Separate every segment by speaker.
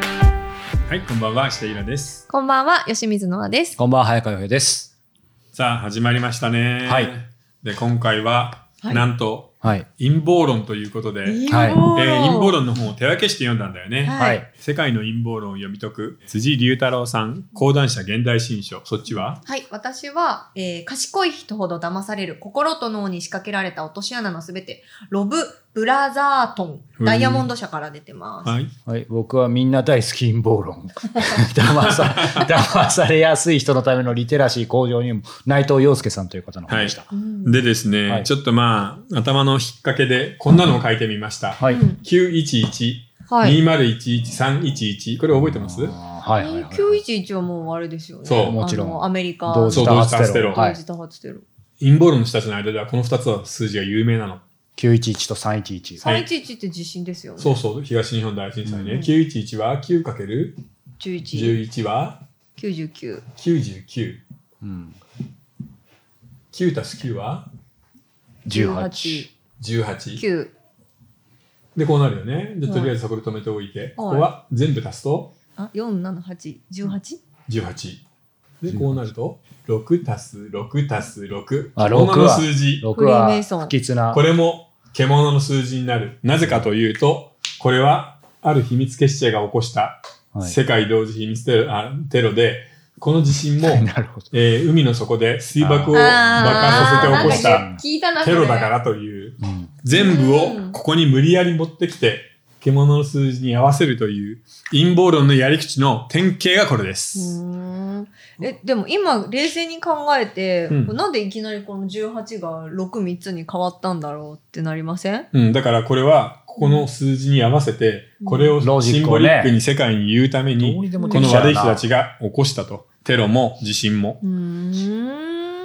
Speaker 1: はい、こんばんは、下平です。
Speaker 2: こんばんは、吉水のあです。
Speaker 3: こんばんは、早川洋平です。
Speaker 1: さあ、始まりましたね。
Speaker 3: はい。
Speaker 1: で、今回は、
Speaker 2: はい
Speaker 1: なんと、
Speaker 3: はい。
Speaker 1: 陰謀論ということで、えー
Speaker 3: はい
Speaker 1: 陰謀論の本を手分けして読んだんだよね。
Speaker 2: はい
Speaker 3: はい。
Speaker 1: 世界の陰謀論を読み解く、辻龍太郎さん、講談社現代新書、そっちは
Speaker 2: はい、私は、えー賢い人ほど騙される心と脳に仕掛けられた落とし穴のすべて、ロブ・ブラザート
Speaker 1: う
Speaker 2: ン、
Speaker 1: ん
Speaker 2: ダイヤモンド社から出てます。
Speaker 1: はい。
Speaker 3: はい、僕はみんな大好き陰謀論。 騙さ、 騙されやすい人のためのリテラシー向上にも、内藤洋介さんという方の本でした。
Speaker 2: うん
Speaker 1: でですね、
Speaker 3: はい
Speaker 1: ちょっとまあ、頭の引っ掛けで、こんなのを書いてみました。
Speaker 3: はい。
Speaker 2: うん
Speaker 1: 911、
Speaker 2: はい。
Speaker 1: 2011、311。これ覚えてます
Speaker 3: あーはいはいはい。
Speaker 2: 911はもうあれですよね。
Speaker 1: そう
Speaker 3: もちろん
Speaker 2: あのアメリカ
Speaker 3: 同
Speaker 1: そ
Speaker 3: 時
Speaker 1: う
Speaker 3: 多
Speaker 1: 同時多発
Speaker 3: 発
Speaker 1: テ
Speaker 3: テ
Speaker 1: ロ
Speaker 3: ロ。
Speaker 2: 同
Speaker 3: はい。
Speaker 2: 時多発テロ。
Speaker 1: 陰謀論の人たちの間では、この2つは数字が有名なの。
Speaker 3: 911と311。
Speaker 1: はい
Speaker 2: 311って地震ですよね。
Speaker 1: そうそう、東日本大震災ね。
Speaker 2: うん
Speaker 1: 911は 9×、
Speaker 2: 11、
Speaker 1: 11は
Speaker 2: 99。
Speaker 1: 99。
Speaker 3: うん。
Speaker 1: 9足す9は
Speaker 3: 18。
Speaker 1: 18。
Speaker 2: 9。
Speaker 1: で、こうなるよね。で、
Speaker 2: はい
Speaker 1: とりあえずそこで止めておいて、ここは全部足すと
Speaker 2: あ、478、18?
Speaker 1: 18。で、こうなると、6足す6足す6。
Speaker 3: あ
Speaker 1: こ
Speaker 3: 6
Speaker 1: の
Speaker 3: は
Speaker 1: 数字。
Speaker 3: 6
Speaker 2: フリー
Speaker 3: は
Speaker 2: メイソン
Speaker 3: 不吉な
Speaker 1: こ。れも獣の数字になる。なぜかというと、これはある秘密結社が起こした
Speaker 3: はい
Speaker 1: 世界同時秘密テロ,、あテロで、この地 震も、
Speaker 3: なるほど。
Speaker 1: えー海の底で水爆を爆
Speaker 2: あー
Speaker 1: 破させて起こし
Speaker 2: なん
Speaker 1: た
Speaker 2: か聞いたな、。
Speaker 1: テロだかららという、
Speaker 3: うん。
Speaker 1: 全部
Speaker 2: う
Speaker 1: を
Speaker 2: ん
Speaker 1: ここに無理やり持ってきて、獣の数字に合わせるという陰謀論のやり口の典型がこれで
Speaker 2: う
Speaker 1: す。
Speaker 2: ーんえでも今冷静に考えて、
Speaker 1: うん
Speaker 2: なんでいきなりこの18が63つに変わったんだろうってなりません
Speaker 1: うん、だからこれは、ここの数字に合わせて、これを
Speaker 3: ロジ
Speaker 1: シ
Speaker 3: ッ
Speaker 1: ン
Speaker 3: ク
Speaker 1: ボ
Speaker 3: をね
Speaker 1: リックに世界に言うために、
Speaker 3: どうにでも
Speaker 1: こ
Speaker 3: でき
Speaker 1: の
Speaker 3: ちゃうな
Speaker 1: 悪い人たちが起こしたと。テロも地震も。
Speaker 2: うー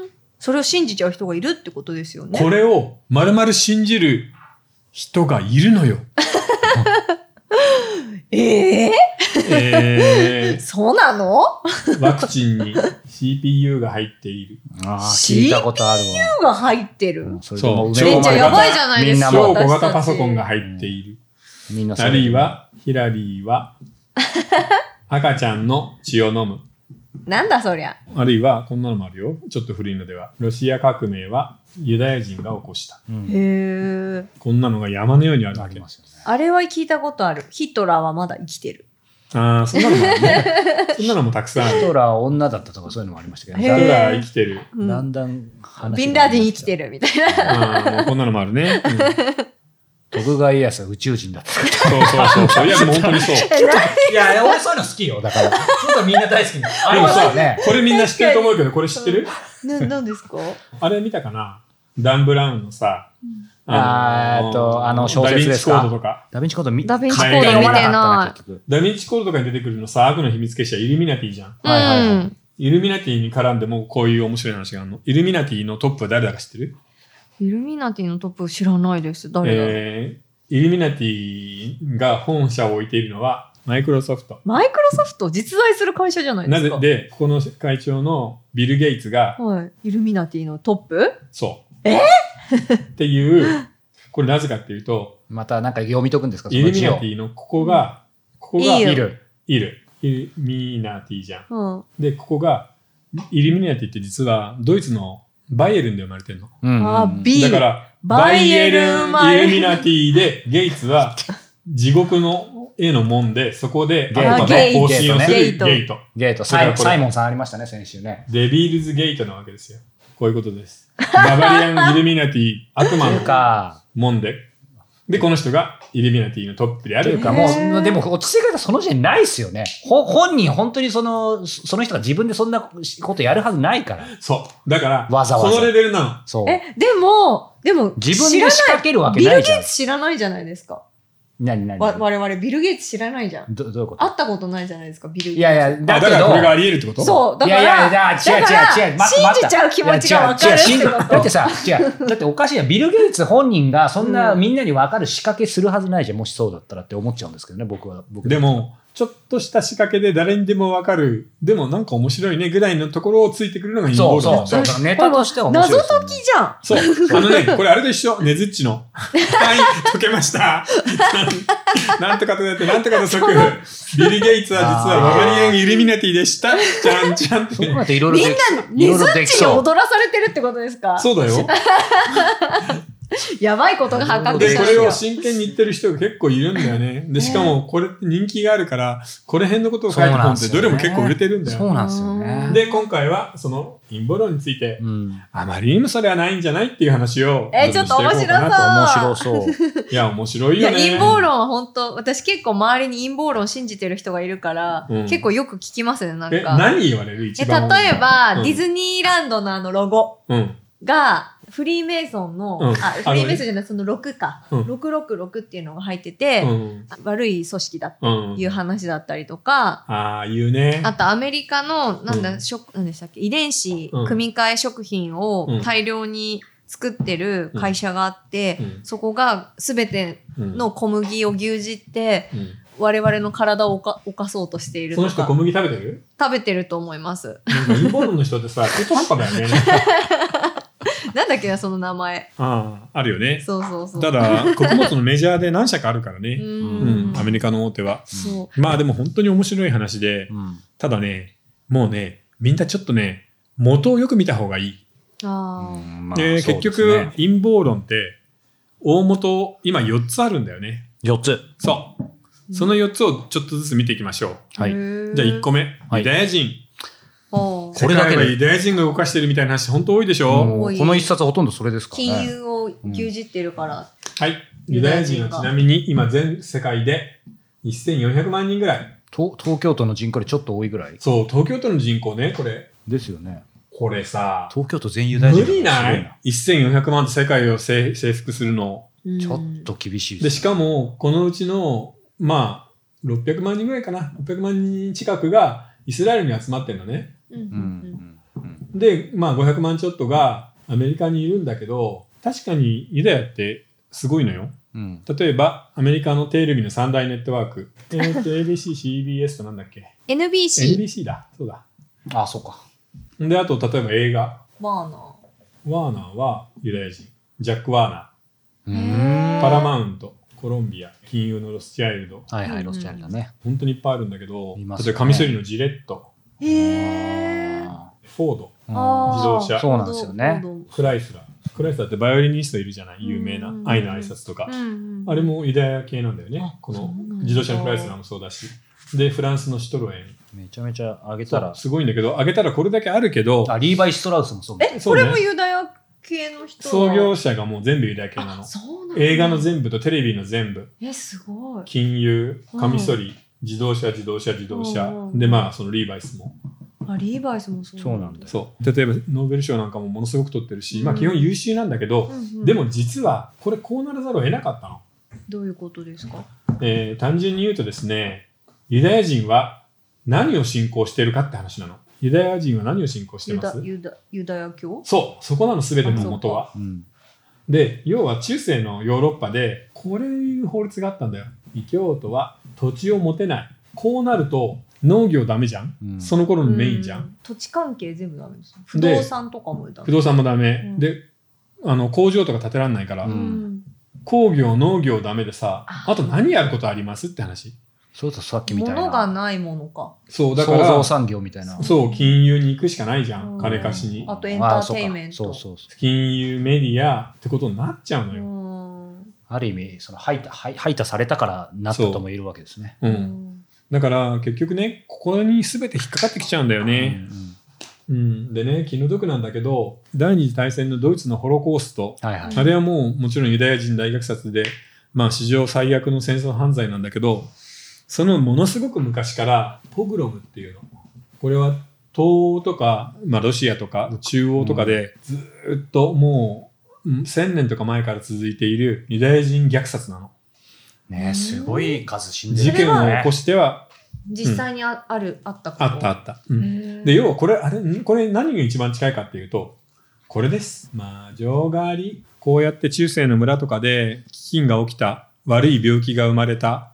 Speaker 2: んそれを信じちゃう人がいるってことですよね。
Speaker 1: これを丸々信じる人がいるの よ。
Speaker 2: ええ
Speaker 1: え
Speaker 2: そうなの
Speaker 1: ー、ワクチンに CPU が入っている。
Speaker 3: ああ、聞いたことあるわ。
Speaker 2: が入ってる。
Speaker 3: うんそれで
Speaker 1: そう。
Speaker 3: もう
Speaker 2: めっ
Speaker 1: 超
Speaker 2: ちゃ
Speaker 1: 丸
Speaker 2: や
Speaker 1: 型
Speaker 2: ばいじゃないですか。
Speaker 3: みんな
Speaker 1: 超
Speaker 3: も
Speaker 1: 小
Speaker 2: 私た
Speaker 1: 型
Speaker 2: ち
Speaker 1: パソコンが入っている。
Speaker 3: みんなそ
Speaker 1: あ
Speaker 3: れ
Speaker 1: るいは、ヒラリー は、赤ちゃんの血を飲む。
Speaker 2: なんだそりゃ。
Speaker 1: あるいは、こんなのもあるよ。ちょっと古いのでは。ロシア革命はユダヤ人が起こした。
Speaker 3: うん
Speaker 2: へえ。
Speaker 1: こんなのが山のようにある
Speaker 3: あ
Speaker 1: わ
Speaker 3: り
Speaker 1: け。
Speaker 3: ますよね。
Speaker 2: あれは聞いたことある。ヒトラーはまだ生きてる。
Speaker 1: ああ、そんなのもある ね。そんなのもたくさんあ
Speaker 3: ヒ
Speaker 1: る。
Speaker 3: トラーは女だったとかそういうのもありましたけど、
Speaker 2: へ
Speaker 3: ね、
Speaker 2: ー
Speaker 3: だ
Speaker 1: だん
Speaker 3: んだ
Speaker 1: だん生きてる。
Speaker 3: んだ
Speaker 2: うん
Speaker 3: んだん話が
Speaker 2: ビンラディン生きてるみたいな。
Speaker 1: ああ、こんなのもあるね。うん
Speaker 3: 徳川家康は宇宙人だった。
Speaker 1: そうそうそうそう。いや、でも本当にそう。
Speaker 3: いや、俺そういうの好きよ。だから。そういうのみんな大好きなの。あ
Speaker 1: で
Speaker 3: れ
Speaker 1: も
Speaker 3: はそ
Speaker 1: さ
Speaker 3: うね。
Speaker 1: これみんな知ってると思うけど、これ知ってる
Speaker 2: ななんですか
Speaker 1: あれ見たかなダン・ブラウンのさ、
Speaker 3: あーえっとあの小説ですか
Speaker 1: ダヴィンチコードとか。
Speaker 3: ダヴィンチコード見
Speaker 2: ダヴィンチコ
Speaker 1: ード見てない
Speaker 3: 海外読まかった結局
Speaker 1: ダヴィンチコードとかに出てくるのさ、悪の秘密結社イルミナティじゃん。
Speaker 3: はいはいはい
Speaker 2: うん
Speaker 1: イルミナティに絡んでもこういう面白い話があるの。イルミナティのトップは誰だか知ってる
Speaker 2: イルミナティのトップ知らないです。誰だろう、
Speaker 1: えー、イルミナティが本社を置いているのはマイクロソフト。
Speaker 2: マイクロソフト実在する会社じゃないで
Speaker 1: な
Speaker 2: す
Speaker 1: ぜ
Speaker 2: か。
Speaker 1: で、ここの会長のビル・ゲイツが、
Speaker 2: はい。イルミナティのトップ
Speaker 1: そう。っていう、これなぜかっていうと、
Speaker 3: またなんか読み解くんですか そ
Speaker 1: イルミ
Speaker 3: の字
Speaker 1: ナ
Speaker 3: を
Speaker 1: テ。ィのここが、ここが
Speaker 2: いいよ
Speaker 3: 見る。
Speaker 1: いる。イルミナティじゃん。
Speaker 2: うん。
Speaker 1: で、ここが、イルミナティって実はドイツのバイエルンで生まれてるの。
Speaker 3: うん
Speaker 2: あー、B。
Speaker 1: だから、
Speaker 2: バイエルン
Speaker 1: バイエルンイ
Speaker 2: 前
Speaker 1: ルミナティで、ゲイツは地獄の絵の門で、そこで
Speaker 3: ゲ
Speaker 2: ート
Speaker 1: 悪魔の更新をする
Speaker 2: ゲ
Speaker 1: ゲ
Speaker 2: ー
Speaker 1: ー
Speaker 2: ト
Speaker 1: ト
Speaker 2: ね
Speaker 3: ゲート
Speaker 1: だか
Speaker 3: サ
Speaker 1: ら
Speaker 3: イ。
Speaker 1: これ
Speaker 3: サイモンさんありましたね、先週ね。
Speaker 1: デビールズゲートなわけですよ。こういうことです。ババリアン・イルミナティ、悪魔
Speaker 3: とい
Speaker 1: の
Speaker 3: うか、
Speaker 1: 門で。で、この人がイルミナティのトップであ
Speaker 3: という
Speaker 1: る。
Speaker 3: か
Speaker 2: へー
Speaker 3: もう、でも落ち着き方その時点ないですよね。ほ本人本当にその、その人が自分でそんなことやるはずないから。
Speaker 1: そう。だから、
Speaker 3: わざわざ
Speaker 1: このレベルなの。
Speaker 3: そう。
Speaker 2: え、でも、でも、
Speaker 3: 自分
Speaker 2: 知らな
Speaker 3: で
Speaker 2: い
Speaker 3: 仕掛けるわけ
Speaker 2: ビ
Speaker 3: な
Speaker 2: ル・
Speaker 3: いじ
Speaker 2: ゲ
Speaker 3: ゃ
Speaker 2: イ
Speaker 3: ん。
Speaker 2: ツ知らないじゃないですか。
Speaker 3: 何何
Speaker 2: わ
Speaker 3: 何
Speaker 2: 我々、ビル・ゲイツ知らないじゃん。
Speaker 3: どどういうこと
Speaker 2: 会ったことないじゃないですか、ビル・ゲイツ。
Speaker 3: いやいや、
Speaker 1: あ
Speaker 3: だ
Speaker 1: だ
Speaker 3: け
Speaker 1: から
Speaker 3: ど
Speaker 1: これがあり得るってこと
Speaker 2: そう、だから、
Speaker 3: いやいや、違う違
Speaker 2: だから
Speaker 3: う違う。ま
Speaker 2: 信じちゃう気持ちがわかるって
Speaker 3: いや違う違う
Speaker 2: こ
Speaker 3: だっ
Speaker 2: と
Speaker 3: て。さ、違う。だっておかしいやん。ビル・ゲイツ本人がそんなみんなにわかる仕掛けするはずないじゃん。もしそうだったらって思っちゃうんですけどね、僕は。僕
Speaker 1: でも、ちょっとした仕掛けで誰にでもわかる、でもなんか面白いねぐらいのところをついてくるのが陰
Speaker 3: そ
Speaker 1: 謀
Speaker 3: う
Speaker 1: 論
Speaker 3: そう。そうだからネタとしては面
Speaker 2: 謎
Speaker 3: 白いですよね
Speaker 2: 解きじゃん
Speaker 1: そう。あのね、これあれと一緒。ねずっちの。はい、解けました。 なんとかとやって、なんとかと即。ビル・ゲイツは実はババリアン・イルミナティでした。じゃんじゃんっ
Speaker 3: そこ
Speaker 1: て。
Speaker 3: までいろいろ
Speaker 2: みんな
Speaker 3: できい
Speaker 2: ネ
Speaker 3: ろい
Speaker 2: ズ
Speaker 3: ろ
Speaker 2: ッ
Speaker 3: でき
Speaker 2: チに
Speaker 3: そう
Speaker 2: 踊らされてるってことですか
Speaker 1: そうだよ。
Speaker 2: やばいことが発覚し
Speaker 1: で、
Speaker 2: た
Speaker 1: こ
Speaker 2: んです
Speaker 1: れ
Speaker 2: よ
Speaker 1: を真剣に言ってる人が結構いるんだよね。で、しかもこれって人気があるから、この辺のことを書いた本ってどれも結構売れてるんだ
Speaker 3: そ
Speaker 1: よ。
Speaker 3: うなんですよね。
Speaker 1: で、今回はその陰謀論について、
Speaker 3: うん。
Speaker 1: あまりにもそれはないんじゃないっていう話を。
Speaker 2: えーちょっと面白
Speaker 1: し
Speaker 2: そう
Speaker 1: ていこうかな
Speaker 3: 面白そう。
Speaker 1: といや、面白い
Speaker 2: い
Speaker 1: よ
Speaker 2: や
Speaker 1: ね。
Speaker 2: 陰謀論は本当私結構周りに陰謀論信じてる人がいるから、
Speaker 1: うん
Speaker 2: 結構よく聞きますねなん
Speaker 1: え、
Speaker 2: か
Speaker 1: 何言われる一
Speaker 2: え例
Speaker 1: 番多いの。
Speaker 2: えば、
Speaker 1: うん
Speaker 2: ディズニーランドのあのロゴ
Speaker 1: うん。
Speaker 2: がフリーメイソンの、
Speaker 1: うん
Speaker 2: あ
Speaker 1: あの
Speaker 2: フリーメイソンじゃないその6か、
Speaker 1: うん
Speaker 2: 666っていうのが入ってて、
Speaker 1: うん。
Speaker 2: 悪い組織だって
Speaker 1: うん。
Speaker 2: いう話だったりとか、
Speaker 1: ああ、言うね。
Speaker 2: あとアメリカの、なんだ、
Speaker 1: うん
Speaker 2: 食、なんでしたっけ、遺伝子
Speaker 1: うん
Speaker 2: 組み換え食品
Speaker 1: う
Speaker 2: を
Speaker 1: ん
Speaker 2: 大量に作ってる会社があって、
Speaker 1: うん
Speaker 2: そこが全て
Speaker 1: うん
Speaker 2: の小麦を牛耳って、
Speaker 1: うん
Speaker 2: 我々の体を犯犯そうとしている
Speaker 1: そ
Speaker 2: と
Speaker 1: の人
Speaker 2: か
Speaker 1: 小、麦食べてる
Speaker 2: 食べてると思います。
Speaker 1: なんか陰謀論の人って さ、中途半端だよね。
Speaker 2: なんだっけな、その名前。
Speaker 1: ああ、あるよね。
Speaker 2: そうそうそう。
Speaker 1: ただ、穀物のメジャーで何社かあるから
Speaker 2: う
Speaker 1: ね。うんん。アメリカの大手は。
Speaker 2: そう。
Speaker 1: まあでも本当に面白い話で、ただね、もうね、みんなちょっとね、元をよく見た方がいい。
Speaker 2: ああ。
Speaker 1: で結局、陰謀論って、大元、今4つあるんだよね。
Speaker 3: 4つ。
Speaker 1: そう。その4つをちょっとずつ見ていきましょう。
Speaker 3: はい
Speaker 2: へー
Speaker 1: じゃあ1個目、
Speaker 3: はい
Speaker 1: ユダヤ人。
Speaker 2: ほう
Speaker 3: これだ
Speaker 1: 世
Speaker 3: けで
Speaker 1: 界はユダヤ人が動かしてるみたいな話、本当多いでしょ、
Speaker 3: もうこの一冊ほとんどそれですからね。
Speaker 2: 金融を牛耳ってるから。
Speaker 1: はい。ユダヤ人はちなみに今全世界で1400万人ぐらい。
Speaker 3: と東京都の人口よりちょっと多いぐらい
Speaker 1: そう、東京都の人口ね、これ。
Speaker 3: ですよね。
Speaker 1: これさ、
Speaker 3: 東京都全ユダヤ人
Speaker 1: 無理
Speaker 3: すご
Speaker 1: ない ?1400 万って世界を征征服するの。
Speaker 2: うん
Speaker 3: ちょっと厳しい
Speaker 1: で、しかも、このうちの、まあ、600万人ぐらいかな。600万人近くがイスラエルに集まってんのね。
Speaker 2: うんうんう
Speaker 3: う
Speaker 2: ん
Speaker 3: んうん
Speaker 1: で、まあ500万ちょっとがアメリカにいるんだけど、確かにユダヤってすごいのよ。
Speaker 3: うん
Speaker 1: 例えば、アメリカのテレビの三大ネットワーク。えーと、ABC、CBS となんだっけ
Speaker 2: NBC、
Speaker 1: ?NBC だ。そうだ。
Speaker 3: あ、そうか。
Speaker 1: で、あと、例えば映画。
Speaker 2: バーナ
Speaker 1: ワーナーはユダヤ人。ジャック・ワーナ
Speaker 3: う
Speaker 2: へ
Speaker 3: ん
Speaker 1: ー。
Speaker 2: ー
Speaker 1: パラマウント。コロンビア。金融のロスチャイルド。
Speaker 3: はいはい、ロスチャイルだね。
Speaker 1: 本当にいっぱいあるんだけど、
Speaker 3: います
Speaker 1: 例
Speaker 3: ね
Speaker 1: えばカミソリのジレット。
Speaker 2: ー。へー。
Speaker 1: フォード。
Speaker 3: うん
Speaker 2: あー
Speaker 1: 自動車
Speaker 3: そうなんですよね
Speaker 2: どうどう
Speaker 1: クライスラー。クライスラーってバイオリニストいるじゃない有名な
Speaker 2: うん。
Speaker 1: 愛の挨拶とか
Speaker 2: う。んうん
Speaker 1: あれもユダヤ系なんだよね
Speaker 2: あ。
Speaker 1: こ
Speaker 2: そう
Speaker 1: の
Speaker 2: なんだ
Speaker 1: 自動車のクライスラーもそうだし。で、フランスのシトロエン。
Speaker 3: めちゃめちゃ上げたら。
Speaker 1: すごいんだけど、あげたらこれだけあるけど、
Speaker 3: あ、リーバイ・ストラウスもそうみたい
Speaker 2: え、
Speaker 1: そう
Speaker 2: こ
Speaker 1: ね
Speaker 2: れもユダヤ系の人
Speaker 1: 創業者がもう全部ユダヤ系な
Speaker 2: あ
Speaker 1: の。
Speaker 2: そうなんだ
Speaker 1: 映画の全部とテレビの全部、
Speaker 2: え、すごい。
Speaker 1: 金融、カミソリ、自動車、自動車、自動車
Speaker 2: うんう。ん
Speaker 1: で、まあ、そのリーバイスも。
Speaker 2: あ、リーバイスもそう
Speaker 3: そうなんだよ。
Speaker 1: そう。例えば、ノーベル賞なんかもものすごく取ってるし、まあ、
Speaker 2: うん
Speaker 1: 基本優秀なんだけど
Speaker 2: う、んうん
Speaker 1: でも実は、これこうならざるを得なかったの。
Speaker 2: どういうことですか
Speaker 1: えー単純に言うとですね、ユダヤ人は何を信仰してるかって話なの。ユダヤ人は何を信仰して
Speaker 2: ユ
Speaker 1: ま
Speaker 2: ダ
Speaker 1: す
Speaker 2: ユダユダヤ教
Speaker 1: そう、そこなの、すべての元は。
Speaker 3: うん。
Speaker 1: で要は中世のヨーロッパでこれいう法律があったんだよ異教徒は土地を持てないこうなると農業ダメじゃん、
Speaker 3: うん
Speaker 1: その頃のメインじゃん、
Speaker 2: う土地関係全部ダメです。不
Speaker 1: で
Speaker 2: 動産とかもダ
Speaker 1: 不
Speaker 2: メ。
Speaker 1: 動産もダメ、
Speaker 2: うん
Speaker 1: であの工場とか建てられないから、
Speaker 3: う
Speaker 2: うんん
Speaker 1: 工業農業ダメでさ
Speaker 2: あ
Speaker 1: あと何やることありますって話
Speaker 3: それとさっきみたいな。
Speaker 2: 物がないものか。
Speaker 1: そうだか
Speaker 3: 創造
Speaker 1: ら
Speaker 3: 産業みたいな。
Speaker 1: そう金融に行くしかないじゃん、
Speaker 2: うん
Speaker 1: 金貸しに
Speaker 2: あとエンターテインメント
Speaker 3: あそうかそうそうそう
Speaker 1: 金融メディアってことになっちゃうの
Speaker 2: う
Speaker 1: よ、
Speaker 2: ん。
Speaker 3: ある意味その排他排排他されたからなったとも言えるわけですね。
Speaker 1: う、
Speaker 2: うんん
Speaker 1: だから結局ねここに全て引っかかってきちゃうんだよね、
Speaker 3: うんうん
Speaker 1: うん、でね気の毒なんだけど第二次大戦のドイツのホロコースト
Speaker 3: はいはい。
Speaker 1: あれはもうもちろんユダヤ人大虐殺で、まあ、史上最悪の戦争犯罪なんだけどそのものすごく昔からポグロムっていうのこれは東欧とか、まあ、ロシアとか中央とかでずーっともううん1000年とか前から続いているユダヤ人虐殺なの
Speaker 3: ねすごい数死んでる
Speaker 1: 事件を起こ
Speaker 3: し
Speaker 1: しては
Speaker 2: 実際にあある、あったこと
Speaker 1: あったあ。った、う
Speaker 2: へ
Speaker 1: ん、
Speaker 2: ー
Speaker 1: で要はこれあれんこれ何が一番近いかっていうとこれです。まあ情がありこうやって中世の村とかで飢饉が起きた悪い病気が生まれた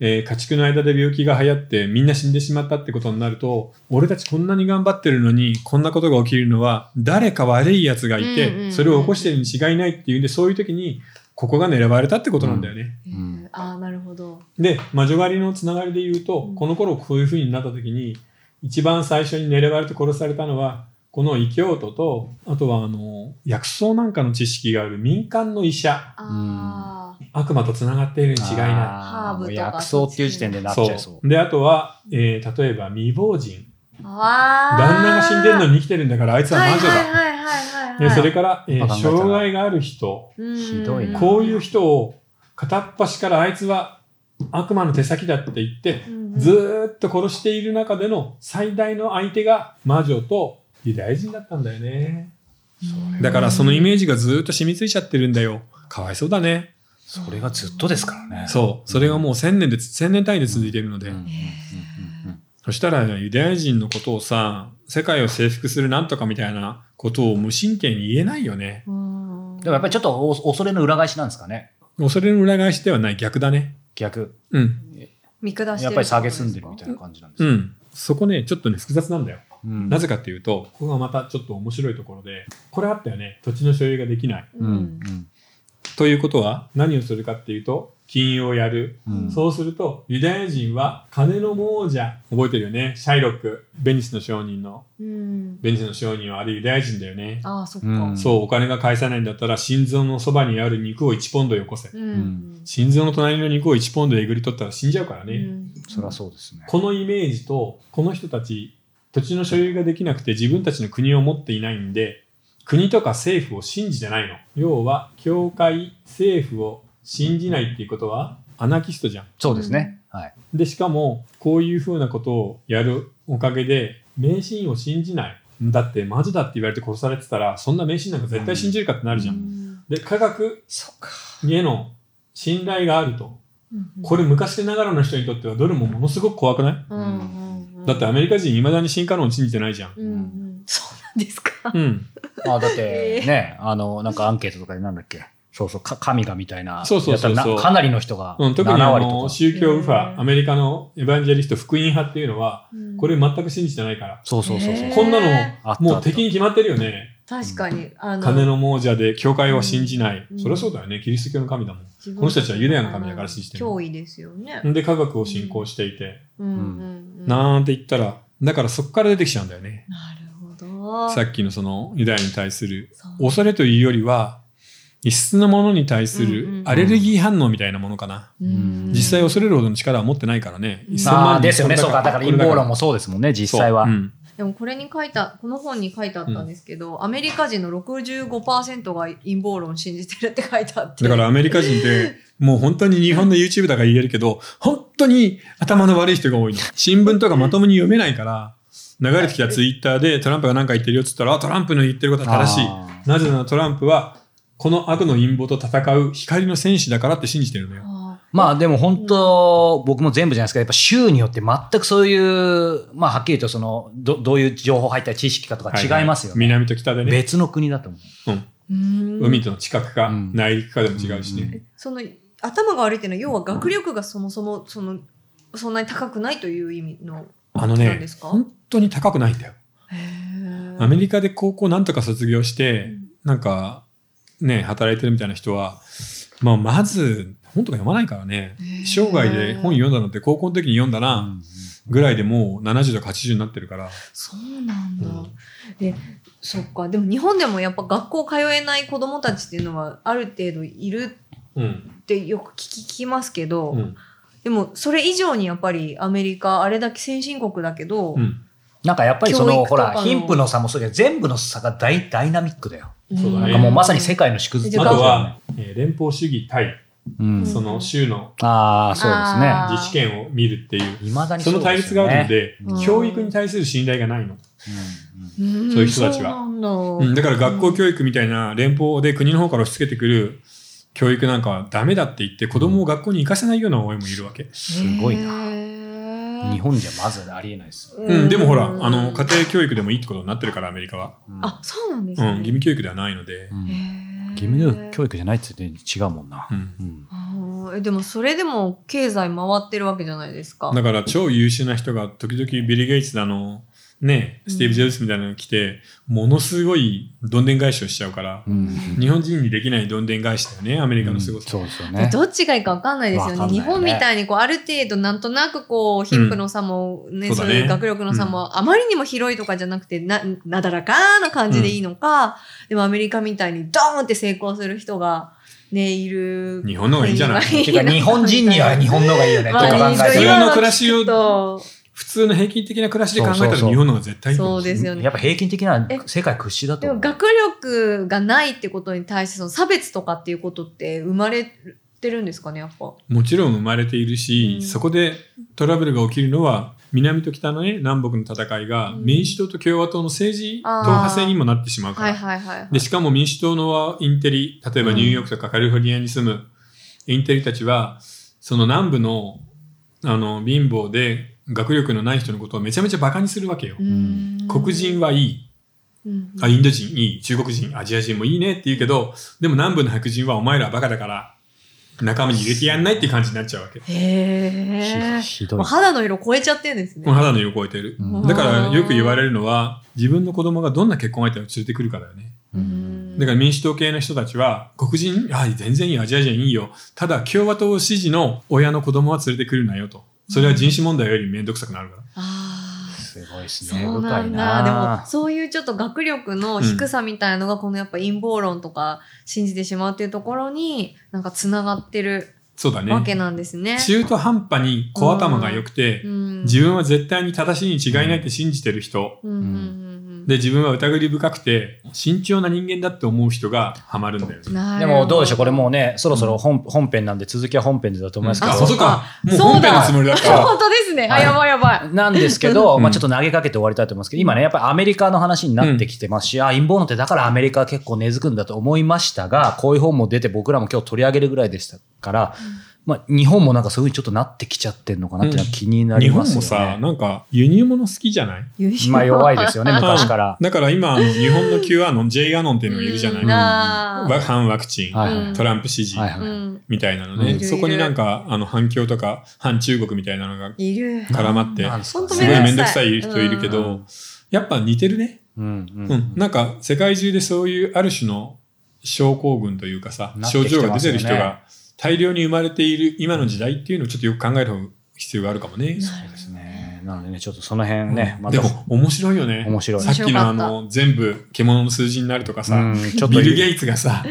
Speaker 1: えー家畜の間で病気が流行ってみんな死んでしまったってことになると俺たちこんなに頑張ってるのにこんなことが起きるのは誰か悪いやつがいて、
Speaker 2: うんうんうんうん
Speaker 1: それを起こしてるに違いないっていうんでそういう時にここが狙われたってことなんだよね。
Speaker 2: えー
Speaker 3: うん
Speaker 2: ああ、なるほど。
Speaker 1: で魔女狩りのつながりで言うと、
Speaker 2: うん
Speaker 1: この頃こういう風になった時に一番最初に狙われて殺されたのはこの異教徒とあとはあの薬草なんかの知識がある民間の医者
Speaker 2: ああ、
Speaker 1: 悪魔とつながっているに違いない。
Speaker 2: ハーブとか
Speaker 3: もう薬草っていう時点でなっちゃいそう。
Speaker 1: で、あとは、えー例えば未亡人。
Speaker 2: ああ。
Speaker 1: 旦那が死んでるの
Speaker 2: に、
Speaker 1: に生きてるんだから、あいつは魔女だ。
Speaker 2: はいはいはいはいはい、はい。
Speaker 1: でそれから、えー
Speaker 3: わかんないから
Speaker 1: 障害がある人。
Speaker 2: うん
Speaker 3: ひどいな
Speaker 1: こういう人を片っ端からあいつは悪魔の手先だって言って、ずーっと殺している中での最大の相手が魔女とユダヤ人だったんだよね。だからそのイ
Speaker 2: ージ
Speaker 1: メージがずーっと染みついちゃってるんだよ。かわいそうだね。
Speaker 3: それがずっとですからね。
Speaker 1: そう。それがもう千年で、千年単位で続いているので。
Speaker 3: うんうんうんうん
Speaker 1: そしたらユダヤ人のことをさ、世界を征服するなんとかみたいなことを無神経に言えないよね。
Speaker 3: だからやっぱりちょっとお恐れの裏返しなんですかね。
Speaker 1: 恐れの裏返しではない逆だね。
Speaker 3: 逆。
Speaker 1: うん。
Speaker 2: 見下して
Speaker 3: やっぱり下げすんでるみたい
Speaker 2: な。
Speaker 3: な感じなんです
Speaker 1: う
Speaker 3: よ。
Speaker 1: ん。そこね、ちょっとね、複雑なんだよ。
Speaker 3: うん
Speaker 1: なぜかっていうと、ここがまたちょっと面白いところで、これあったよね。土地の所有ができない。
Speaker 3: うんうん
Speaker 1: ということは、何をするかっていうと、金融をやる。
Speaker 3: うん
Speaker 1: そうすると、ユダヤ人は金の亡者。覚えてるよね。シャイロック。ベニスの商人の。
Speaker 2: うん。
Speaker 1: ベニスの商人はあれユダヤ人だよね。
Speaker 2: ああ、そっか。
Speaker 3: うん
Speaker 1: そう、お金が返さないんだったら、心臓のそばにある肉を1ポンドよこせ。
Speaker 2: うん。
Speaker 1: 心臓の隣の肉を1ポンドえぐり取ったら死んじゃうからね。
Speaker 2: うん
Speaker 3: そりゃそうですね。
Speaker 1: このイメージと、この人たち、土地の所有ができなくて自分たちの国を持っていないんで、国とか政府を信じてないの。要は、教会、政府を信じないっていうことは、アナキストじゃん。
Speaker 3: そうですね。はい。
Speaker 1: で、しかも、こういうふうなことをやるおかげで、迷信を信じない。だって、魔女だって言われて殺されてたら、そんな迷信なんか絶対信じるかってなるじゃ。
Speaker 2: うんん
Speaker 1: で、科学
Speaker 3: そっか。
Speaker 1: への信頼があると。
Speaker 2: うん
Speaker 1: これ昔ながらの人にとってはどれもものすごく怖くない
Speaker 2: うんうんうん
Speaker 1: だってアメリカ人未だに進化論を信じてないじゃん。
Speaker 2: うんうんそうなんですか。
Speaker 1: うん。
Speaker 3: まあだってね、あの、なんかアンケートとかでなんだっけ。そうそう、か神がみたいな。
Speaker 1: そうそうそうそう
Speaker 3: やったらなかなりの人が
Speaker 1: うん、
Speaker 3: 7
Speaker 1: 特にあ
Speaker 3: 割と
Speaker 1: の
Speaker 3: か。
Speaker 1: 宗教右派、
Speaker 2: うん
Speaker 1: アメリカのエヴァンジェリスト福音派っていうのは、これ
Speaker 2: うん
Speaker 1: 全く信じてないから。
Speaker 3: そうそうそうそう
Speaker 2: へー。
Speaker 1: こんなの
Speaker 3: あった
Speaker 1: もう敵に決まってるよね。
Speaker 2: 確かに。あ
Speaker 1: 金の亡者で教会は信じない。
Speaker 2: うん
Speaker 1: そりゃそうだよね。キリスト教の神だもん。
Speaker 2: 自分
Speaker 1: この人たちはユダヤの神だから信じてる
Speaker 2: あの脅威ですよね。
Speaker 1: で、科学を信仰していて、
Speaker 2: うんうんうん
Speaker 1: なんて言ったら、だからそこから出てきちゃうんだよね。
Speaker 2: なるほど。
Speaker 1: さっきのそのユダヤに対する
Speaker 2: そう
Speaker 1: 恐れというよりは異質なものに対す
Speaker 2: うんうんう
Speaker 1: る
Speaker 2: ん
Speaker 1: アレルギー反応みたいなものかな、
Speaker 2: うん
Speaker 1: 実際恐れるほどの力は持ってないからね、
Speaker 2: うん
Speaker 1: 1000万人
Speaker 3: ああ、ですよね。そうか。だから陰謀論
Speaker 1: も
Speaker 3: もそうですもんね、実際は。
Speaker 1: うん
Speaker 2: でもこれに書いた、この本に書いてあったんですけど、アメリカ人の65%が陰謀論を信じてるって書いてあって。
Speaker 1: だからアメリカ人ってもう本当に日本の YouTube だから言えるけど本当に頭の悪い人が多いの新聞とかまともに読めないから流れてきたツイッターでトランプが何か言ってるよっつったらあトランプの言ってることは正し
Speaker 3: あ
Speaker 1: いなぜならトランプはこの悪の陰謀と戦う光の戦士だからって信じてるのよ
Speaker 2: あー
Speaker 3: まあでも本当、僕も全部じゃないですか、やっぱ州によって全くそういう、まあはっきりとその、どどういう情報入ったり知識かとか違いますよね。
Speaker 1: 南と北でね
Speaker 3: 別の国だと思う。
Speaker 2: うーん
Speaker 1: 海との近くか、
Speaker 3: うん
Speaker 1: 内陸かでも違うしね、
Speaker 2: その頭が悪いっていうのは要は学力がそもそもそのそんなに高くないという意味の
Speaker 1: あの
Speaker 2: なん
Speaker 1: ね
Speaker 2: ですか、
Speaker 1: 本当に高くないんだよ
Speaker 2: へー
Speaker 1: アメリカで高校なんとか卒業して、
Speaker 2: うん
Speaker 1: なんかね働いてるみたいな人は、まあ、まず本とか読まないからね
Speaker 2: へー
Speaker 1: 生涯で本読んだのって高校の時に読んだ
Speaker 3: う
Speaker 1: なんぐらいでもう70とか80になってるから
Speaker 2: そうなんだ、
Speaker 1: うん
Speaker 2: でそっかでも日本でもやっぱ学校通えない子どもたちっていうのはある程度いる
Speaker 1: うん
Speaker 2: ってよく聞き聞きますけど、
Speaker 1: うん
Speaker 2: でもそれ以上にやっぱりアメリカあれだけ先進国だけど、
Speaker 1: うん
Speaker 3: なんかやっぱりそ
Speaker 2: 教
Speaker 3: の、
Speaker 2: 育と
Speaker 3: ほ
Speaker 2: かの
Speaker 3: ら、貧富の差もそうだけど、全部の差が大ダイナミックだよ。
Speaker 1: そうだね
Speaker 3: なんかもうまさに世界の縮図って
Speaker 2: で
Speaker 1: あ
Speaker 3: 感じ
Speaker 1: と
Speaker 3: だよね
Speaker 1: は、えー連邦主義対
Speaker 3: うん
Speaker 1: その州の
Speaker 3: ああ、そうです
Speaker 2: あ
Speaker 3: ね。
Speaker 1: 自治権を見るっていう
Speaker 3: いまだに
Speaker 1: その対立があるの
Speaker 3: ん
Speaker 1: で、
Speaker 2: うん
Speaker 1: 教育に対する信頼がないの。
Speaker 2: そう
Speaker 1: そういう人たちは
Speaker 2: そうなんだ、
Speaker 1: うん、だから学校教育みたいな連邦で国の方から押し付けてくる教育なんかはダメだって言って子供を学校に行かせないような親もいるわけ。
Speaker 3: すごいな。
Speaker 2: な
Speaker 3: 日本じゃまずありえないですよ。
Speaker 1: うん、でもほら、あの、家庭教育でもいいってことになってるから、アメリカは。
Speaker 3: うん
Speaker 2: あ、そうなんです
Speaker 1: うん
Speaker 2: ね。、
Speaker 1: 義務教育ではないので
Speaker 3: う。ん
Speaker 2: へー
Speaker 3: 義務教育じゃないって言って違うもんな
Speaker 1: う。ん。
Speaker 3: うん
Speaker 2: あーそうえでもそれでも経済回ってるわけじゃないですか。
Speaker 1: だから超優秀な人が時々ビリー・ゲイツだの、ね、スティーブ・ジェブスみたいなの来て、ものすごいどんでん返しをしちゃうから、
Speaker 3: うん
Speaker 1: 日本人にできないどんでん返しだよね、アメリカのすごさ。
Speaker 3: そうですよね。
Speaker 2: どっちがいいか分かんないですよね
Speaker 3: わかんないね
Speaker 2: 日本みたいにこうある程度なんとなくこう貧富の差も、ね
Speaker 1: そう
Speaker 2: そ
Speaker 1: だ
Speaker 2: う
Speaker 1: ね
Speaker 2: いう学力の差もあまりにも広いとかじゃなくてななだらかな感じでいいのか、でもアメリカみたいにドーンって成功する人が、ね、いる。
Speaker 1: 日本の方がいいんじ ゃない
Speaker 2: 国
Speaker 3: てか日本人には日本の方がいいよね、と
Speaker 2: まあ
Speaker 3: か考え
Speaker 1: 普
Speaker 3: て
Speaker 1: 通
Speaker 3: る
Speaker 1: の暮らし
Speaker 2: ちょっ
Speaker 1: を、
Speaker 2: と
Speaker 1: 普通の平均的な暮らしで考えた
Speaker 3: そう
Speaker 1: ら
Speaker 3: そうそう
Speaker 1: 日本の方が絶対いいと思
Speaker 2: そうですよね
Speaker 3: やっぱ平均的な世界屈指だと
Speaker 2: で
Speaker 3: 思
Speaker 2: も
Speaker 3: う。
Speaker 2: 学力がないってことに対してその差別とかっていうことって生まれてるんですかねやっぱ。
Speaker 1: もちろん生まれているし、
Speaker 2: うん
Speaker 1: そこでトラブルが起きるのは南と北のね南北の戦いが
Speaker 2: うん
Speaker 1: 民主党と共和党の政治党
Speaker 2: あー
Speaker 1: 派制にもなってしまうから、
Speaker 2: はいはいはい、はい。
Speaker 1: でしかも民主党のインテリ例えばニューヨークとかカリフォルニアに住むインテリたちはその南部のあの貧乏で学力のない人のことをめちゃめちゃバカにするわけよ。
Speaker 2: うん
Speaker 1: 黒人はいい
Speaker 2: うん
Speaker 1: あ、インド人いい、中国人、アジア人もいいねって言うけど、でも南部の白人はお前らバカだから、仲間に入れてやんないっていう感じになっちゃうわけ。
Speaker 2: へえ。
Speaker 3: ひひど
Speaker 2: も。
Speaker 3: いう
Speaker 2: 肌の色超えちゃってるんです
Speaker 1: この
Speaker 2: ね。
Speaker 1: 肌の色を超えてる
Speaker 3: う。ん
Speaker 1: だからよく言われるのは、自分の子供がどんな結婚相手を連れてくるかだよね。
Speaker 2: うん
Speaker 1: だから民主党系の人たちは、黒人、あ、全然いい、アジア人いいよ。ただ、共和党支持の親の子供は連れてくるなよと。それは人種問題よりめんどくさくなるから。
Speaker 2: あー
Speaker 3: すごいですね。
Speaker 2: そうな
Speaker 3: 深い
Speaker 2: んだ。で
Speaker 3: な
Speaker 2: も、そういうちょっと学力の低さみたいのが、このやっぱ陰謀論とか信じてしまうっていうところに、なんか繋がってる
Speaker 1: そうだ
Speaker 2: わけ
Speaker 1: ね。
Speaker 2: なんですね。
Speaker 1: 中途半端に小頭が良くて、
Speaker 2: うん
Speaker 1: 自分は絶対に正しいに違いないって信じてる人。
Speaker 2: うんうんうん
Speaker 1: で自分は疑り深くて慎重な人間だって思う人がハマるんだよ
Speaker 2: うん
Speaker 1: ね。
Speaker 2: なるほ
Speaker 3: でもどうでしょうこれもうね、そろそろ本本編なんで続きは本編でだと思いますけ
Speaker 2: あ
Speaker 3: ど。
Speaker 1: そううか。もう
Speaker 2: そう
Speaker 1: 本
Speaker 2: だ
Speaker 1: 編のつもりだっ
Speaker 3: そ
Speaker 1: た。
Speaker 2: 本当ですね。あ、
Speaker 3: はい
Speaker 2: やばいやばい。
Speaker 3: なんですけど、
Speaker 1: うん
Speaker 3: まあちょっと投げかけて終わりたいと思いますけど、今ね、やっぱりアメリカの話になってきてますし、あ、陰謀論ってだからアメリカは結構根付くんだと思いましたが、こういう本も出て僕らも今日取り上げるぐらいでしたから、まあ日本もなんかそういうふうにちょっとなってきちゃってるのかなっていうのは気にな
Speaker 1: 日
Speaker 3: り
Speaker 1: 本
Speaker 3: ますよ
Speaker 1: も
Speaker 3: ね。
Speaker 1: さ、なんか輸入物好きじゃない
Speaker 3: まあ弱いです
Speaker 2: よ。
Speaker 3: よね、昔から。
Speaker 1: だから今、あの日本の Q アノン、J アノンっていうのがいるじゃない。
Speaker 2: うん
Speaker 1: わ
Speaker 2: あー
Speaker 1: 反ワクチン、
Speaker 3: はい
Speaker 2: うん
Speaker 1: トランプ支持
Speaker 3: はいは
Speaker 2: う
Speaker 3: い。
Speaker 2: ん。
Speaker 1: みたいなの
Speaker 3: うんい
Speaker 1: ね。
Speaker 3: るい
Speaker 2: る
Speaker 1: そこになんかあの反共とか反中国みたいなのが
Speaker 2: いる。
Speaker 1: 絡まって、
Speaker 3: なんですか
Speaker 2: 本当
Speaker 1: すごい
Speaker 2: め
Speaker 1: め
Speaker 2: ん
Speaker 1: ん
Speaker 2: ど
Speaker 1: ど
Speaker 2: く
Speaker 1: く
Speaker 2: さ
Speaker 1: さ
Speaker 2: い
Speaker 1: い人いるけ
Speaker 3: う
Speaker 1: ど、やっぱ似てるね。
Speaker 3: うんう
Speaker 1: うん、なんか世界中でそういうある種の症候群というかさ、
Speaker 3: なって
Speaker 1: 症
Speaker 3: きてます
Speaker 1: 状が出て
Speaker 3: よね
Speaker 1: る人が大量に生まれている今の時代っていうのをちょっとよく考える必要があるかもね。
Speaker 3: そうですね。なのでね、ちょっとその辺ね、
Speaker 1: でも面白いよね。
Speaker 3: 面白い
Speaker 1: さっきのあ
Speaker 2: 面白
Speaker 1: の全部獣の数字になるとかさ、
Speaker 3: うんちょっと
Speaker 1: ビル・ゲイツがさ、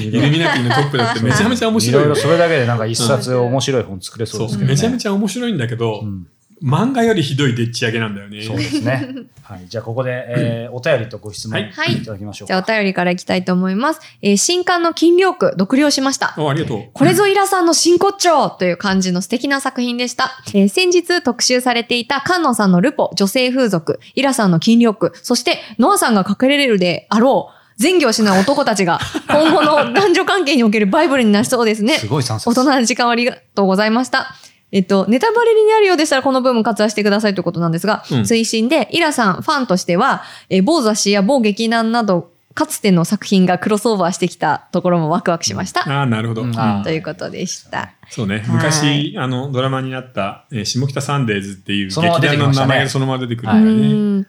Speaker 1: イルミナティのトップだってめちゃめちゃ面白い
Speaker 3: いろ
Speaker 1: よ
Speaker 3: いろそれだけでなんか一冊面白い本作れそ
Speaker 1: そ
Speaker 3: うで
Speaker 1: う
Speaker 3: すけどね。
Speaker 1: めちゃめちゃ面白いんだけど、
Speaker 3: うん
Speaker 1: 漫画よりひどいでっち上げなんだよね。
Speaker 3: そうですね。 はい。じゃあここで、えーお便りとご質問
Speaker 1: はいい
Speaker 3: ただきましょう
Speaker 2: じゃあお
Speaker 3: か。
Speaker 2: 便りからいきたいと思います。えー新刊の金領区、読了しました。
Speaker 1: おありがとう。
Speaker 2: これぞイラさんの真骨頂という感じの素敵な作品でした。えー先日特集されていた菅野さんのルポ、女性風俗、イラさんの筋力、そしてノアさんが隠れるであろう、全業しない男たち が、今後の男女関係におけるバイブルになりそうですね
Speaker 3: す。ごい三冊。
Speaker 2: 大人な時間をありがとうございました。えっと、ネタバレになるようでしたらこの部分割愛してくださいということなんですが、
Speaker 1: うん
Speaker 2: 推進で、イラさんファンとしては、えー某雑誌や某劇団など、かつての作品がクロスオーバーしてきたところもワクワクしました。
Speaker 1: ああ、なるほど。
Speaker 3: うん
Speaker 1: あー
Speaker 2: ということでした。
Speaker 1: そうね、
Speaker 2: はい
Speaker 1: 昔あのドラマになった、えー下北サンデーズっていう
Speaker 3: そ
Speaker 1: 劇
Speaker 3: のまま出
Speaker 1: 団
Speaker 3: てき
Speaker 1: の
Speaker 3: ましたね
Speaker 1: 名前がそのまま出てくる
Speaker 2: う
Speaker 1: から
Speaker 3: はい
Speaker 1: ね。
Speaker 2: ーん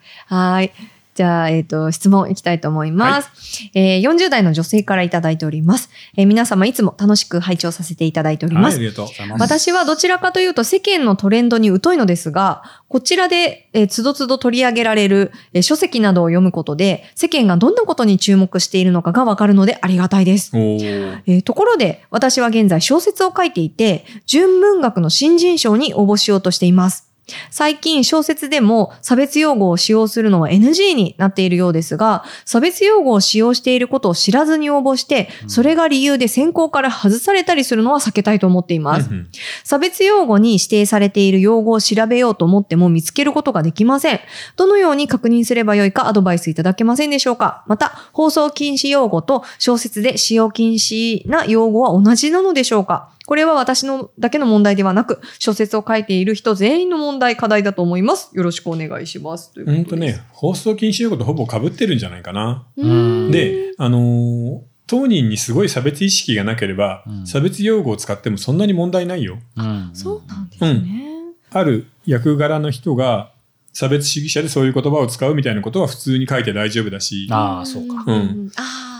Speaker 2: はい。じゃあ、えっ、と、質問いきたいと思います、えー40代の女性からいただいております。えー皆様いつも楽しく拝聴させていただいておりま
Speaker 1: はい、
Speaker 2: す
Speaker 1: あ。りがとう。
Speaker 2: 私はどちらかというと世間のトレンドに疎いのですが、こちらで、えー、つどつど取り上げられる、えー書籍などを読むことで、世間がどんなことに注目しているのかがわかるのでありがたいです。
Speaker 1: おー
Speaker 2: えーところで、私は現在小説を書いていて、純文学の新人賞に応募しようとしています。最近小説でも差別用語を使用するのは NG になっているようですが、差別用語を使用していることを知らずに応募して、それが理由で選考から外されたりするのは避けたいと思っています
Speaker 1: う。ん
Speaker 2: 差別用語に指定されている用語を調べようと思っても見つけることができません。どのように確認すればよいかアドバイスいただけませんでしょうかまた、放送禁止用語と小説で使用禁止な用語は同じなのでしょうかこれは私のだけの問題ではなく、小説を書いている人全員の問題、課題だと思います。よろしくお願いします。という
Speaker 1: う
Speaker 2: こ
Speaker 1: んほ
Speaker 2: とで
Speaker 1: んとね、放送禁止用語とほぼ被ってるんじゃないかな。
Speaker 2: うーん。
Speaker 1: で、あのー当人にすごい差別意識がなければ、
Speaker 3: うん
Speaker 1: 差別用語を使ってもそんなに問題ないよ。
Speaker 3: うん
Speaker 2: そうなんですね。
Speaker 1: ある役柄の人が差別主義者でそういう言葉を使うみたいなことは普通に書いて大丈夫だし、
Speaker 3: ああ、そうか。
Speaker 1: うん
Speaker 2: ん。あ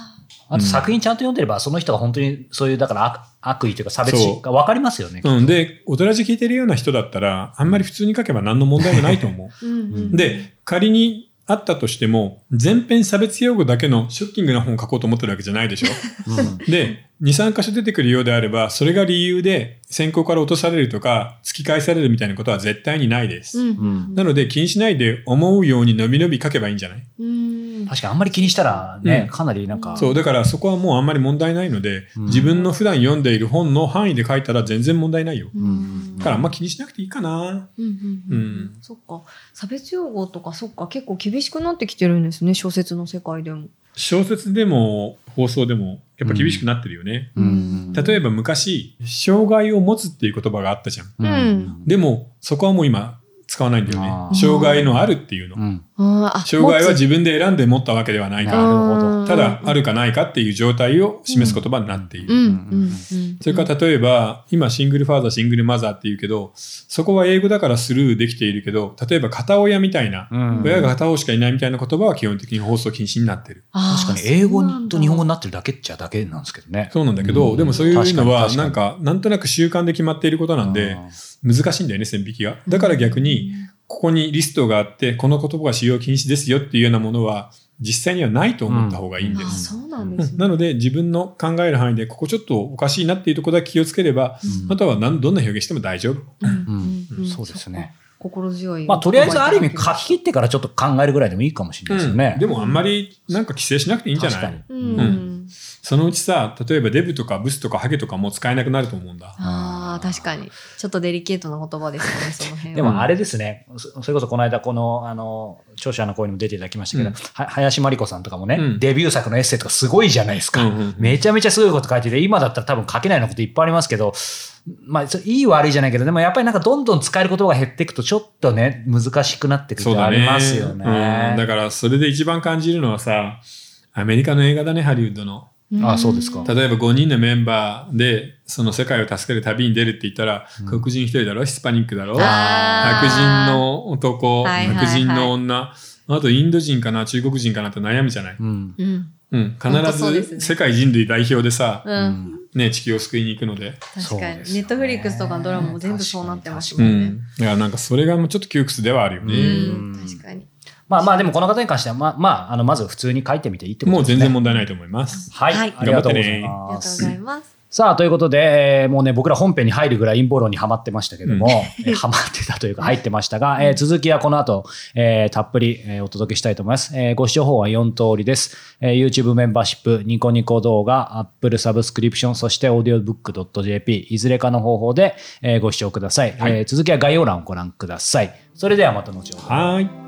Speaker 3: あと作品ちゃんと読んでれば、その人が本当にそういう、だから悪悪意というか差別心が分かりますよね。
Speaker 1: うん、で、大人じ聞いてるような人だったら、あんまり普通に書けば何の問題もないと思う。
Speaker 2: あ。うんうん
Speaker 1: で、仮にあったとしても、全編差別用語だけのショッキングな本を書こうと思ってるわけじゃないでし ょ。
Speaker 3: うん
Speaker 1: で、2、3箇所出てくるようであれば、それが理由で選考から落とされるとか、突き返されるみたいなことは絶対にないです。
Speaker 2: うん
Speaker 3: うん
Speaker 1: なので、気にしないで思うように伸び伸び書けばいいんじゃない
Speaker 2: うん。
Speaker 3: 確かにあんまり気にしたらね、
Speaker 1: うん
Speaker 3: かなりなんか、
Speaker 1: そう、だからそこはもうあんまり問題ないので、
Speaker 3: うん
Speaker 1: 自分の普段読んでいる本の範囲で書いたら全然問題ないよ。
Speaker 2: う
Speaker 3: うん
Speaker 1: だからあんま気にしなくていいかな。
Speaker 2: うんうんうんうん
Speaker 1: う
Speaker 2: そっか差別用語とかそっか結構厳しくなってきてるんですね小説の世界でも。
Speaker 1: 小説でも放送でも、やっぱ厳しくなってるよね。
Speaker 3: うん
Speaker 1: 例えば昔、障害を持つっていう言葉があったじゃん。
Speaker 3: うん
Speaker 2: うん
Speaker 1: でも、そこはもう今使わないんだよ
Speaker 3: あ
Speaker 1: ね。
Speaker 3: ー
Speaker 1: 障害のあるっていうの
Speaker 3: う。ん
Speaker 2: あーあ
Speaker 1: 障害は
Speaker 2: 持つ
Speaker 1: 自分で選んで持ったわけではない
Speaker 3: な
Speaker 1: か
Speaker 3: るほど
Speaker 2: うん
Speaker 1: ら、ただあるかないかっていう状態を示す言葉になっている。
Speaker 2: うんうんうん。
Speaker 1: それから例えば、今シングルファーザー、シングルマザーっていうけど、そこは英語だからスルーできているけど、例えば片親みたいな、
Speaker 3: うん
Speaker 1: 親が片方しかいないみたいな言葉は基本的に放送禁止になってる。
Speaker 2: あー
Speaker 3: 確かに英語
Speaker 2: そうなん
Speaker 3: に
Speaker 2: だ
Speaker 3: と日本語になってるだけっちゃだけなんですけどね。
Speaker 1: そうなんだけ
Speaker 3: う
Speaker 1: ど、
Speaker 3: ん
Speaker 1: でもそういうのは
Speaker 3: 確かに確かに
Speaker 1: なんか、なんとなく習慣で決まっていることなんで、難しいんだよね、線引きが。だから逆に、ここにリストがあって、この言葉が使用禁止ですよっていうようなものは、実際にはないと思った方がいいん
Speaker 2: あ
Speaker 1: で
Speaker 2: ー
Speaker 1: す。
Speaker 2: そうなん
Speaker 1: う
Speaker 2: で
Speaker 1: ん
Speaker 2: すね。
Speaker 1: なので、自分の考える範囲で、ここちょっとおかしいなっていうところだけ気をつければ、
Speaker 3: うん
Speaker 1: あとは何どんな表現しても大丈夫。
Speaker 2: うん
Speaker 3: うんそうですね。
Speaker 2: そっか心強い。
Speaker 3: まあとりあえずある意味書き切ってからちょっと考えるぐらいでもいいかもしれないですよね。
Speaker 1: でもあんまりなんか規制しなくていいんじゃ
Speaker 3: 確
Speaker 1: な
Speaker 3: か
Speaker 1: い
Speaker 3: に。
Speaker 2: うん。
Speaker 1: うんそのうちさ、例えばデブとかブスとかハゲとかもう使えなくなると思うんだ。
Speaker 2: ああ確かにちょっとデリケートな言葉ですよ ねその辺は。
Speaker 3: でもあれですね、そそれこそこの間、この、あの、著者の声にも出ていただきましたけど、
Speaker 1: うん
Speaker 3: は林真理子さんとかもね、
Speaker 1: うん
Speaker 3: デビュー作のエッセイとかすごいじゃないですか。
Speaker 1: うんうんうん
Speaker 3: めちゃめちゃすごいこと書いてて、今だったら多分書けないようなこといっぱいありますけど、まあ、そいい悪いじゃないけど、でもやっぱりなんかどんどん使えることが減っていくと、ちょっとね、難しくなってくる
Speaker 1: そう
Speaker 3: って
Speaker 1: だ
Speaker 3: あ
Speaker 1: ね。
Speaker 3: りますよね。
Speaker 1: うんだからそれで一番感じるのはさ、アメリカの映画だね、ハリウッドの。
Speaker 2: うん
Speaker 3: あそうですか
Speaker 1: 例えば5人のメンバーで、その世界を助ける旅に出るって言ったら、黒人一人だろ、ヒスパニックだろ、白
Speaker 2: あー
Speaker 1: 人の男、
Speaker 2: はいはいはい
Speaker 1: 白人の女、あとインド人かな、中国人かなって悩むじゃない。
Speaker 3: うん
Speaker 2: うん
Speaker 1: うん、
Speaker 2: 本当
Speaker 1: 必
Speaker 2: そうです
Speaker 1: ず
Speaker 2: ね
Speaker 1: 世界人類代表でさ、
Speaker 2: うん。
Speaker 1: ね、地球を救いに行くので。
Speaker 2: 確かに、
Speaker 3: そう
Speaker 2: ネ
Speaker 3: ですよね
Speaker 2: ットフリックスとかのドラマも全部そうなってます
Speaker 1: う
Speaker 2: もん
Speaker 1: ん
Speaker 2: ね。。
Speaker 1: だからなんかそれがもうちょっと窮屈ではあるよ
Speaker 2: う
Speaker 1: ね。
Speaker 2: ん、
Speaker 3: うん
Speaker 2: 確かに。
Speaker 3: まあまあ、でもこの方に関しては、まあ、まあ、あの、まず普通に書いてみていいってこ
Speaker 1: も
Speaker 3: と
Speaker 1: う
Speaker 3: ですね。
Speaker 1: 全然問題ないと思います。
Speaker 3: はい、
Speaker 2: はい
Speaker 3: ありがとうござい
Speaker 2: ありが
Speaker 3: ま
Speaker 2: とう
Speaker 3: す
Speaker 2: ご。ざいます。
Speaker 3: さあ、ということで、えーもうね、僕ら本編に入るぐらい陰謀論にはまってましたけども、えーはまってたというか入ってましたが、えー続きはこの後、えーたっぷり、えーお届けしたいと思います。えーご視聴方法は4通りです。えー YouTube メンバーシップ、ニコニコ動画、Apple サブスクリプション、そして audiobook.jp、いずれかの方法で、えーご視聴ください、えー続きは概要欄をご覧ください。それではまた後ほど。
Speaker 1: はーい。